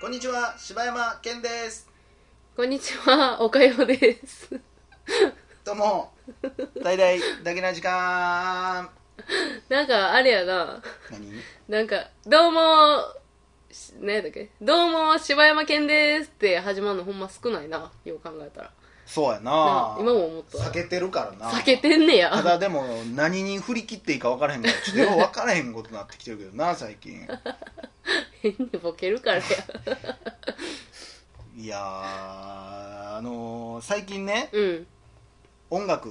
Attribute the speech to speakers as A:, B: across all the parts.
A: こんにちは柴山健です
B: こんにちは、おかようです。
A: どうも大々だけな時間
B: なんか、あれやな。
A: 何
B: なんか、どうもし何やったっけどうも、柴山健ですって始まるのほんま少ないな。よう考えたら。
A: そうや
B: な
A: な
B: 今も思ったわ
A: 避けてるからな
B: 避けてんねや。
A: ただでも何に振り切っていいか分からへんからちょっとよう分からへんことになってきてるけどな最近
B: 変にボケるか らや。
A: いやーあのー最近ね
B: うん。
A: 音楽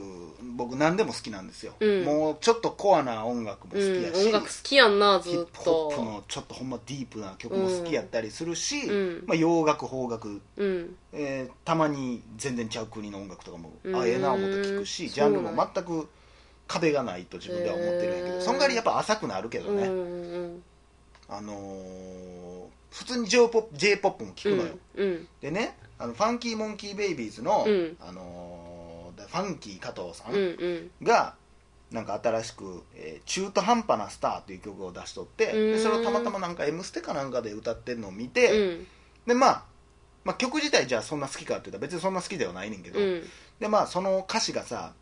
A: 僕何でも好きなんですよ、
B: うん
A: もうちょっとコアな音楽も好
B: う
A: き
B: ん
A: や、し、
B: 音楽好きやんな、ず
A: ヒッ
B: っ
A: プホップ
B: と。
A: のちょっとほんまディープな曲も好きやったりするし、
B: うん
A: まあ、洋楽邦楽、
B: うん。
A: えーたまに全然ちゃう国の音楽とかも、
B: う
A: あ
B: ん
A: ええな思って聞くしジャンルも全く壁がないと自分では思ってるんやけど、
B: へー
A: そんがりやっぱ浅くなるけど
B: うん
A: ね、
B: うん
A: あのー普通に j p o p j p o p も聞
B: うん。う
A: くのよ、
B: ん。うん。
A: でねあのファンキーモンキーベイビーズの、
B: うん
A: あのーファンキー加藤さ
B: うんん。
A: が、なんか新しく、えー中途半端なスター」という曲を出しとって
B: う
A: で
B: ん
A: それをたまたまなんか「M ステ」かなんかで歌ってるのを見
B: う
A: て、
B: ん。
A: でまあまあ、曲自体じゃあそんな好きかって言ったら別にそんな好きではないねんけど、
B: うん。
A: でまあその歌詞がさ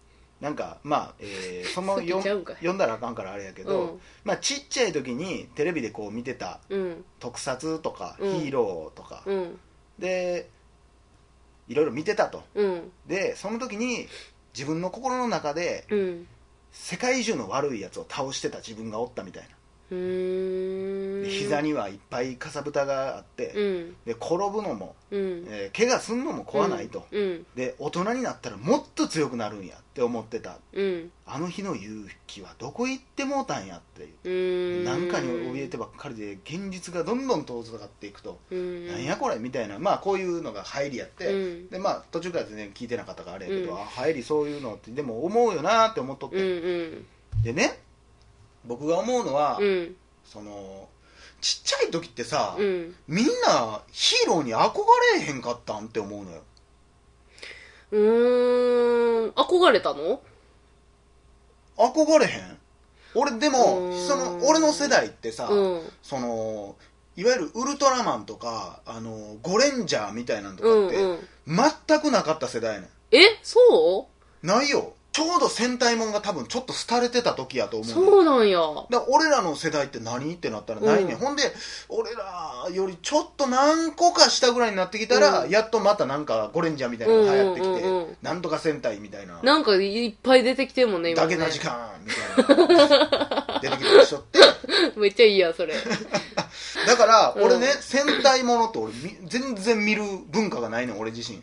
A: なんかまあ、えー その
B: 好きちゃうんかい
A: 読んだらあかんからあれやけ
B: う
A: ど、
B: ん。
A: まあ、ちっちゃい時にテレビでこう見てた
B: うん。
A: 特撮とかヒ
B: うん
A: ーローとか、
B: うん。
A: でいろいろ見てたと
B: うん。
A: でその時に自分の心の中で
B: うん。
A: 世界中の悪いやつを倒してた自分がおったみたいな
B: うーん。
A: で膝。にはいっぱいかさぶたがあって、
B: うん。
A: で転ぶのも、
B: うん。
A: えー怪我すんのも怖ないと、
B: うん。
A: で大人になったらもっと強くなるんやって思ってた
B: うん。
A: あの日の勇気はどこ行ってもうたんやっていう
B: うーん。
A: なんかに怯えてばっかりで現実がどんどん遠ざかっていくと、
B: うん。
A: なんやこれみたいなまあこういうのが入りやって、
B: うん
A: でまあ途中から全然聞いてなかったからあれやけど、
B: うん
A: あ入りそういうのってでも思うよなって思っとって、
B: うんうん
A: でね僕が思うのは、
B: うん
A: そのちっちゃい時ってさ、
B: うん
A: みんなヒーローに憧れへんかったんって思うのよ
B: うーん憧れたの
A: 憧れへん俺で
B: う
A: も
B: ーん
A: その俺の世代ってさ、
B: うん
A: そのいわゆるウルトラマンとかあのゴレンジャーみたいなんとか
B: うん
A: って、
B: うん
A: 全くなかった世代やね
B: えそ
A: んないよちょうど戦隊もんが多分ちょっと廃れてた時やと
B: う
A: 思うの
B: そうなんや
A: だから俺らの世代って何ってなったらないね、
B: うん
A: ほんで俺らよりちょっと何個か下ぐらいになってきたら、
B: うん
A: やっとまたなんかゴレンジャーみたいなのが流行ってきて、なんとか戦隊みたいな
B: なんかいっぱい出てきてるもんね今
A: だ
B: ね
A: けな時間みたいな出てきたりしょ って
B: めっちゃいいやそれ
A: だから
B: うん
A: 俺ね、戦隊ものって俺み全然見る文化がないの俺自身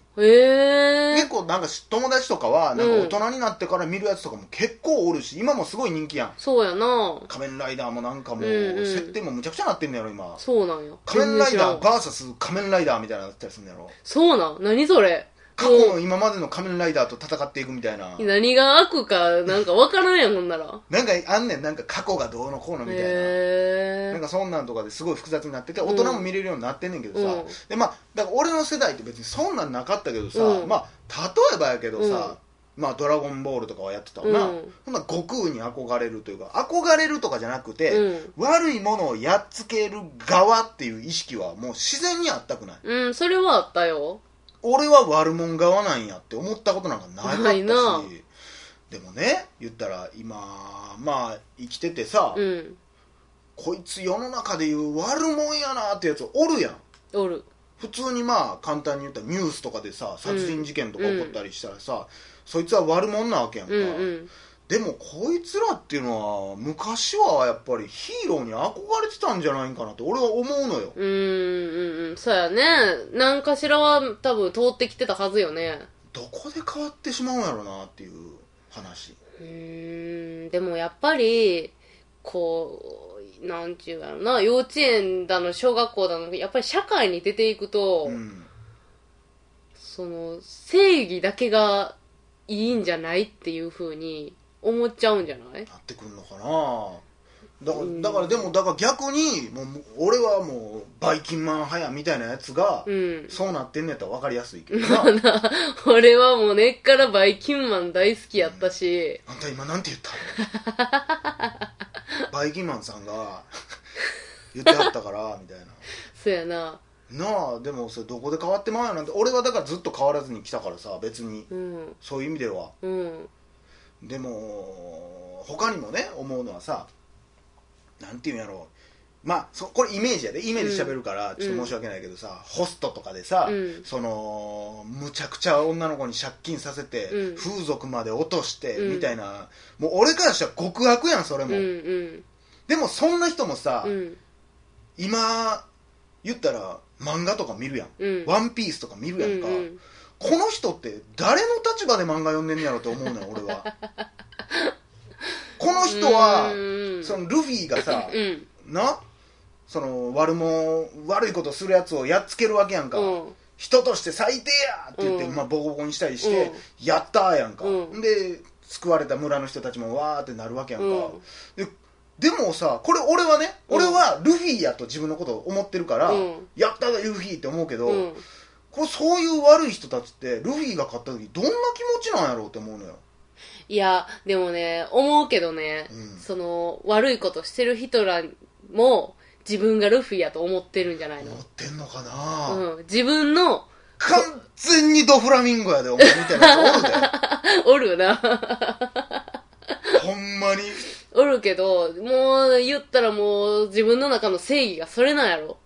B: へ
A: 結
B: え
A: 構なんかし友達とかはなんか大人になってから見るやつとかも結構おるし今もすごい人気やん
B: そうやな
A: 仮面ライダーもなんかもう
B: うんうん
A: 設定もむちゃくちゃなってんのやろ今
B: そうなんや
A: 仮面ライダ
B: 全然
A: ー
B: 知らん
A: VS 仮面ライダーみたいなのだったりするんのやろ
B: そうなん何それ
A: 過去の今までの仮面ライダーと戦っていくみたいな
B: 何が悪かなんかわからんやんほんなら
A: なんかあんねんなんか過去がどうのこうのみたいな、
B: へ
A: なん
B: え
A: かそんなんとかですごい複雑になってて大人も見れるようになってんねんけどさ、
B: うん
A: でまあだから俺の世代って別にそんなんなかったけどさ、
B: うん
A: まあ例えばやけどさ、まあドラゴンボールとかはやってたわな、
B: うん
A: ほんなら悟空に憧れるというか憧れるとかじゃなくて、
B: うん
A: 悪いものをやっつける側っていう意識はもう自然にあったくない
B: うんそれはあったよ
A: 俺は悪者側なんやって思ったことなんかなかったし
B: ないな
A: でもね言ったら今まあ生きててさ、
B: うん
A: こいつ世の中でいう悪者やなってやつおるやん
B: おる
A: 普通にまあ簡単に言ったらニュースとかでさ殺人事件とか起こったりしたらさ、そいつは悪者なわけやんか、
B: うんうん
A: でもこいつらっていうのは昔はやっぱりヒーローに憧れてたんじゃないかなって俺は思うのよ
B: うーんうんうんそうやね何かしらは多分通ってきてたはずよね
A: どこで変わってしまうんやろなっていう話
B: うーんでもやっぱりこうなんちゅうやろな幼稚園だの小学校だのやっぱり社会に出ていくと、
A: うん
B: その正義だけがいいんじゃないっていうふうに思っちゃうんじゃない
A: なってくるのかなだか
B: う
A: ら
B: ん
A: だからでもだから逆にもう俺はもうバイキンマン派やみたいなやつが、
B: うん
A: そうなってんねやったら分かりやすいけどなあ
B: 俺はもう根っからバイキンマン大好きやったし、
A: んた今なんて言ったバイキンマンさんが言ってはったからみたいな
B: そうやな
A: なあでもそれどこで変わってまうよなんて俺はだからずっと変わらずに来たからさ別に
B: うん
A: そういう意味では
B: うん
A: でも他にもね思うのはさなんていうんやろうまあそこれイメージやでイメージで喋るから、
B: ん
A: ちょっと申し訳ないけどさ、ホストとかでさ、
B: うん
A: そのむちゃくちゃ女の子に借金させて、
B: うん
A: 風俗まで落として、
B: うん
A: みたいなもう俺からしたら極悪やんそれ
B: う
A: も、
B: んうん
A: でもそんな人もさ、
B: うん
A: 今言ったら漫画とか見るやん
B: うん
A: 「ワンピースとか見るやんか、
B: うんうん
A: この人って誰の立場で漫画読んでんねやろと思うのよ俺 はこの人は
B: うん
A: そのルフィがさ
B: うん
A: なその悪者悪いことするやつをやっつけるわけやんか、
B: うん
A: 人として最低やって言って、
B: うん
A: まあ、ボコボコにしたりして、
B: うん
A: やったーやんか、
B: うん
A: で救われた村の人たちもわーってなるわけやんか、
B: うん
A: ででもさこれ俺はね、
B: うん
A: 俺はルフィやと自分のことを思ってるから、
B: うん
A: やったールフィって思うけど、
B: うん
A: これそういう悪い人たちってルフィが勝った時どんな気持ちなんやろうって思うのよ
B: いやでもね思うけどね、
A: うん
B: その悪いことしてる人らも自分がルフィやと思ってるんじゃないの
A: 思、ってんのかな、
B: うん、自分の
A: 完全にドフラミンゴやでお前みたいなやつおるで
B: おるよな
A: ほんまに
B: おるけど、もう言ったらもう自分の中の正義がそれなんやろ。
A: も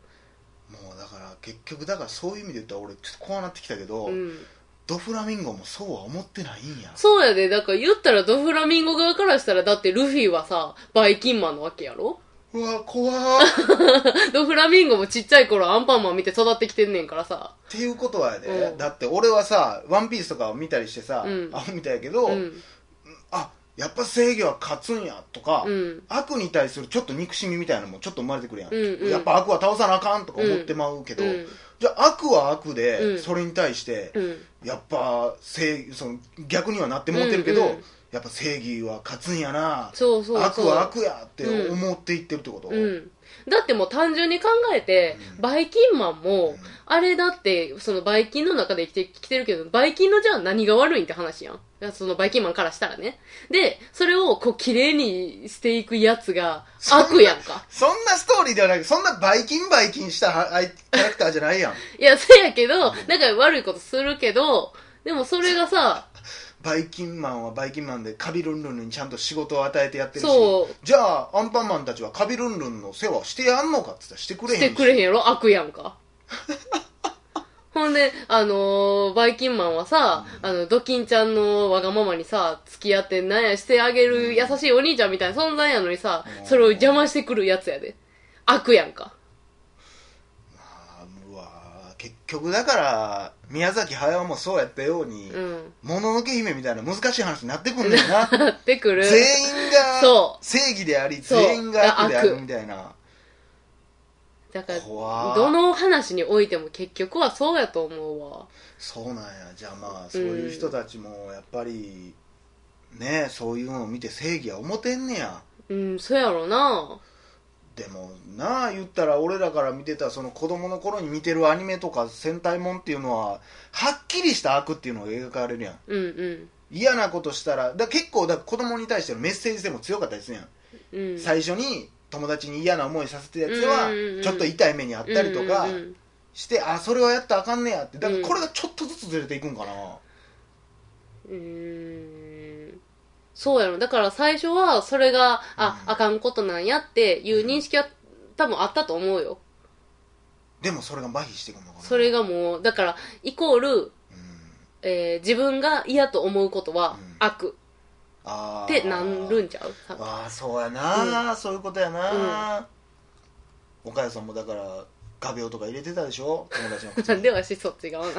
A: うだから結局だからそういう意味で言ったら俺ちょっとこうなってきたけど、
B: うん。
A: ドフラミンゴもそうは思ってないんや
B: そうやで、だから言ったらドフラミンゴ側からしたら、だってルフィはさ、バイキンマンのわけやろ
A: うわ怖ーっ
B: ド フラミンゴもちっちゃい頃アンパンマン見て育ってきてんねんからさ。
A: ていうことはやで、
B: うん
A: だって俺はさ「ワンピースとかを見たりしてさ、
B: うん
A: あ見たやけど、
B: うん。
A: あやっぱ正義は勝つんやとか、
B: うん
A: 悪に対するちょっと憎しみみたいなのもちょっと生まれてくるやん、
B: うんうん
A: やっぱ悪は倒さなあかんとか思ってまうけど、
B: うん
A: じゃあ悪は悪
B: う
A: で
B: ん
A: それに対して、
B: うん。
A: やっぱ正義その逆にはなってもってるけど、
B: うんうん
A: やっぱ正義は勝つんやな
B: そうそうそう。
A: 悪は悪やって思っていってるってこと、
B: うん。だってもう単純に考えて、
A: うん
B: バイキンマンも、あれだって、そのバイキンの中で生きてきてるけど、バイキンのじゃあ何が悪いんって話やん。そのバイキンマンからしたらね。で、それをこう綺麗にしていくやつが
A: そんな
B: 悪やんか。
A: そんなストーリーではなくそんなバイキンバイキンしたはあいキャラクターじゃないやん
B: いや、せやけど、なんか悪いことするけど、でもそれがさ、
A: バイキンマンはバイキンマンでカビルンルンにちゃんと仕事を与えてやってるし
B: そう
A: じゃあアンパンマンたちはカビルンルンの世話してやんのかって言ったらしてくれへん
B: して
A: し
B: くれへんやろ悪や んか。ほんで、あのーバイキンマンはさ、あの、ドキンちゃんのわがままにさ、付き合ってなんやしてあげる優しいお兄ちゃんみたいな存在やのにさ、
A: うん
B: それを邪魔してくるやつやで。悪やんか。
A: あーうわー結局だから宮崎駿もそうやったように
B: うん。
A: もの、のけ姫みたいな難しい話になってくんだよ な
B: なってくる。
A: 全員が
B: そ
A: 正義であり
B: そう
A: 全員が悪である
B: 悪
A: みたいな
B: だから、
A: 怖ー
B: どの話においても結局はそうやと思うわ。
A: そうなんやじゃあまあそういう人たちもやっぱり、ねそういうのを見て正義は思てんねや
B: うん、そうやろな。
A: でもなあ言ったら俺らから見てたその子供の頃に見てるアニメとか戦隊もんっていうのははっきりした悪っていうのが描かれるやん
B: うんうん。
A: 嫌なことしたらだ結構だ子供に対してのメッセージ性も強かったりするやん、
B: うん。
A: 最初に友達に嫌な思いさせてるやつ
B: うんうんうん
A: はちょっと痛い目にあったりとか
B: うんうんうん
A: して、あそれはやったらあかんねやってだか
B: う
A: ら
B: ん
A: これがちょっとずつずれていくんかな、
B: うーんそうやろ。だから最初はそれが、あ、
A: うん
B: あかんことなんやっていう認識は多分あったと思うよ。
A: でもそれが麻痺してくるのかな
B: それがもう、だから、イコール、
A: うん
B: えー自分が嫌と思うことは
A: うん
B: 悪
A: あ
B: ってなるんちゃう多分
A: ああそうやな、そういうことやな、岡谷さんもだから画鋲とか入れてたでしょ友達の靴
B: な んで
A: に
B: わしそっち側 な。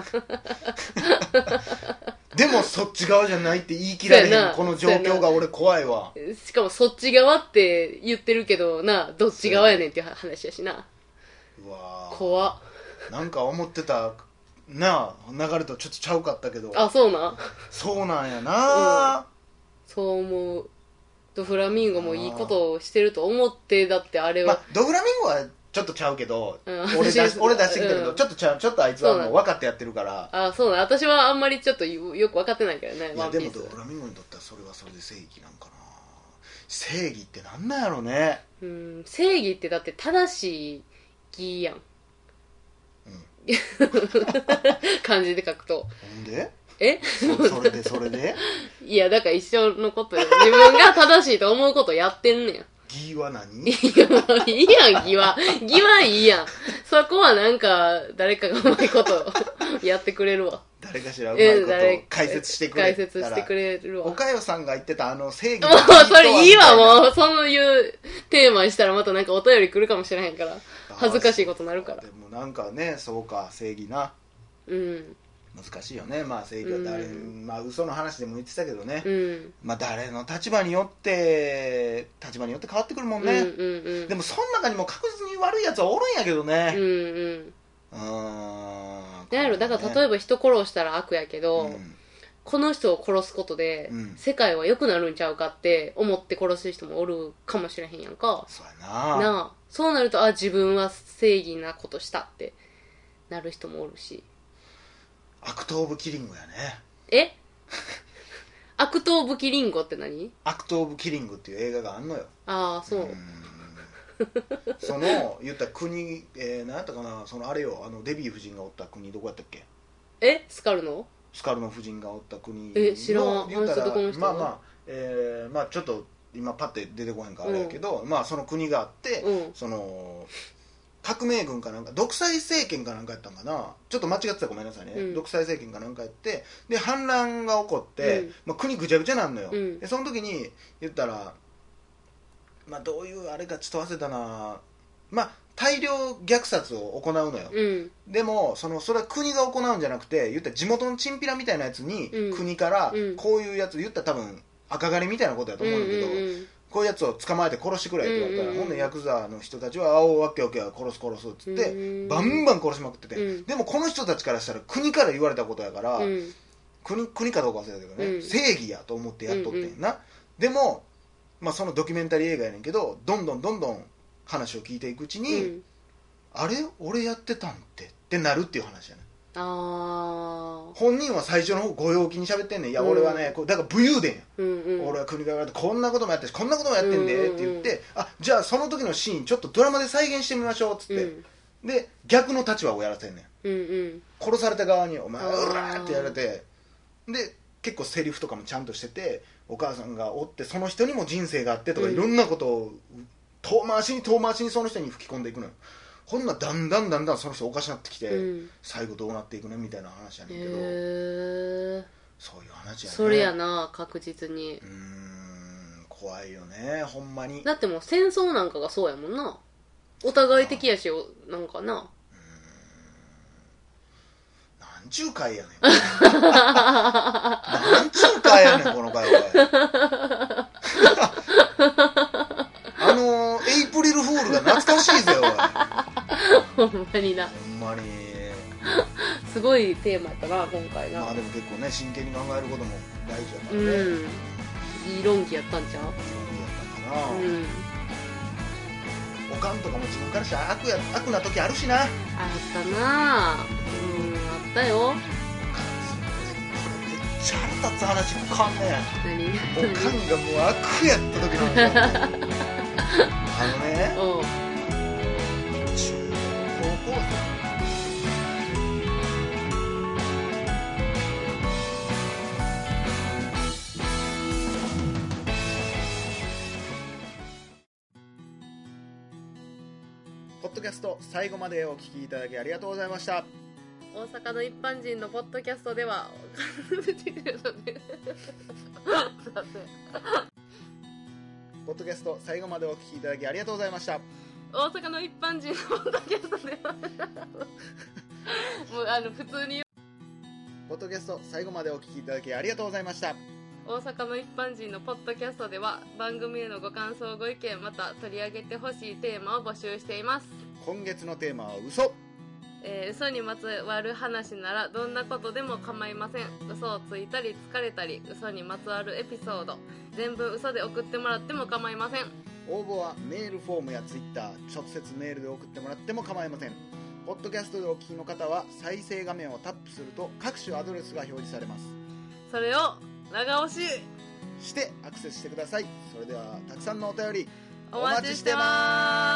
A: でもそっち側じゃないって言い切られ
B: そうや
A: へん
B: な
A: この状況が俺怖いわ
B: しかもそっち側って言ってるけどな、どっち側やねんっていう話やしな。
A: うわー
B: 怖っ
A: なんか思ってたなあ流れとちょっとちゃうかったけど
B: あ、そうな。
A: そうなんやな、
B: そう思う。ドフラミンゴもいいことをしてると思って、だってあれ
A: ま
B: は
A: あ、ドフラミンゴはちょっとちゃうけど、
B: うん
A: 俺 出し俺出してきたけど、
B: うん
A: ちょっとちゃうちょっとあいつは
B: そう
A: も
B: な
A: うん分かってやってるから
B: あそうなん私はあんまりちょっとよよく分かってないけどね
A: い
B: ワ
A: や
B: ンピ
A: でも
B: ース
A: ドフラミンゴにとってはそれはそれで正義なんかな正義ってなんなんやろね
B: うん正義ってだって正しい義やん、漢字で書くと
A: ほんで
B: え
A: そそれでそれで
B: いやだから一生のことよ自分が正しいと思うことやってんねん
A: 義は何
B: いや、もういいやん、義は。義はいいやん。そこはなんか、誰かがうまいことやってくれるわ。
A: 誰かしらうまい
B: え
A: こと
B: 誰
A: 解説してくれ
B: 解説してくれるわ。も
A: 岡代さんが言ってたあの正義
B: う、 それいいわ、
A: う
B: もう。そういうテーマにしたらまたなんかお便り来るかもしれへんから。恥ずかしいことになるから
A: で。もなんかねそうか正義な
B: うん。
A: 難しいよねまあ正義は誰、
B: うん
A: まあ嘘の話でも言ってたけどね、
B: うん。
A: まあ誰の立場によって立場によって変わってくるもん
B: うんうんう
A: ね、
B: ん。
A: でもその中にも確実に悪いやつはおるんやけど
B: うん
A: ね
B: うん。
A: うーん
B: なんやろ、だから例えば人殺したら悪やけど、
A: うん
B: この人を殺すことで、
A: うん
B: 世界は良くなるんちゃうかって思って殺す人もおるかもしれへんやんか。
A: そうやな
B: なあそうなるとあ自分は正義なことしたってなる人もおるし
A: アクト・オブ・キリングやね
B: え悪党武器リンゴって何
A: アクト・オブ・キリングっていう映画があんのよ
B: ああそう、
A: ーんその言った国、えー、何やったかなそのあれよあのデビー夫人がおった国どこやったっけ
B: えスカルの
A: スカルノ夫人がおった国の
B: え知らん
A: 言ったら
B: あの人どこの人
A: まあまあ、えーまあちょっと今パッて出てこへんからあれやけど、まあその国があって、
B: うん
A: その革命軍かなんか独裁政権かなんかやったんかなちょっと間違ってたらごめんなさいね、
B: うん
A: 独裁政権かなんかやってで反乱が起こって、
B: うん
A: まあ、国ぐちゃぐちゃなんのよ、
B: うん
A: でその時に言ったらまあどういうあれかちょっと忘れたなまあ大量虐殺を行うのよ、
B: うん
A: でもそのそれは国が行うんじゃなくて言ったら地元のチンピラみたいなやつに、
B: うん
A: 国から
B: うん
A: こういうやつ言ったら多分赤狩りみたいなことやと
B: うん
A: 思う
B: う
A: んだけど、
B: ん
A: こういうやつを捕まえて殺してくれって言われたら、
B: うんうんうん
A: ほんでヤクザの人たちは「あおうわっけわけ殺す殺す」っつ
B: うん
A: って、
B: うん
A: バンバン殺しまくってて、
B: うん
A: でもこの人たちからしたら国から言われたことやから、
B: うん
A: 国国かどうか忘れたけどね、
B: うん
A: 正義やと思ってやっとってんな、でも、まあ、そのドキュメンタリー映画やねんけどどんどんどんどん話を聞いていくうち
B: う
A: に、
B: ん
A: あれ俺やってたんってってなるっていう話やね
B: ああ
A: 本人は最初の方ご陽気に喋ってんねんいや
B: うん
A: 俺はね、こうだから武勇伝や、
B: うんうん
A: 俺は国が言われてこんなこともやってしこんなこともやってんでって言って、
B: うん
A: あじゃあその時のシーンちょっとドラマで再現してみましょうっつ
B: う
A: って、
B: ん
A: で逆の立場をやらせんねん
B: うんうん
A: 殺された側に「お前
B: あ
A: う
B: ー
A: ら!」ってやられてで結構セリフとかもちゃんとしててお母さんがおってその人にも人生があってとか、
B: うん
A: いろんなことを遠回しに遠回しにその人に吹き込んでいくのよほんならだんだんだんだんその人おかしなってきて、
B: うん
A: 最後どうなっていくねみたいな話や
B: へ
A: ねんけど、
B: え
A: そういう話やね
B: それやな確実に
A: うーん怖いよねほんまに
B: だってもう戦争なんかがそうやもんなお互い敵やしおなんかな
A: なんちゅう回やねんなんちゅう回やねんこの回おい あのーエイプリルフールが懐かしいぜおい
B: ほんまにな
A: ほんまに
B: すごいテーマやったな今回な
A: まあでも結構ね真剣に考えることも大事やか
B: う
A: らね、いいん、
B: んいい論議やったんちゃ
A: や
B: う
A: ったかな、
B: うん
A: おかんとかも自分からしたら悪や悪な時あるしな
B: あったなあうんあったよ
A: おかんそれめっちゃ腹立つ話おかんね
B: 何
A: おかんがもう悪やった時の話なんだよあのね
B: おう
A: 中高校生ポッドキャスト最後までお聞きいただきありがとうございました
B: 大阪の一般人のポッドキャストでは
A: ポッドキャスト最後までお聞きいただきありがとうございました
B: 大阪の一般人のポッドキャストではもうあの普通に
A: ポッドキャスト最後までお聞きいただきありがとうございました
B: 大阪の一般人のポッドキャストでは番組へのご感想ご意見また取り上げてほしいテーマを募集しています
A: 今月のテーマは嘘
B: えー嘘にまつわる話ならどんなことでも構いません嘘をついたり疲れたり嘘にまつわるエピソード全部嘘で送ってもらっても構いません
A: 応募はメールフォームやツイッター直接メールで送ってもらっても構いませんポッドキャストでお聞きの方は再生画面をタップすると各種アドレスが表示されます
B: それを長押し
A: してアクセスしてくださいそれではたくさんのお便り
B: お待ちしてます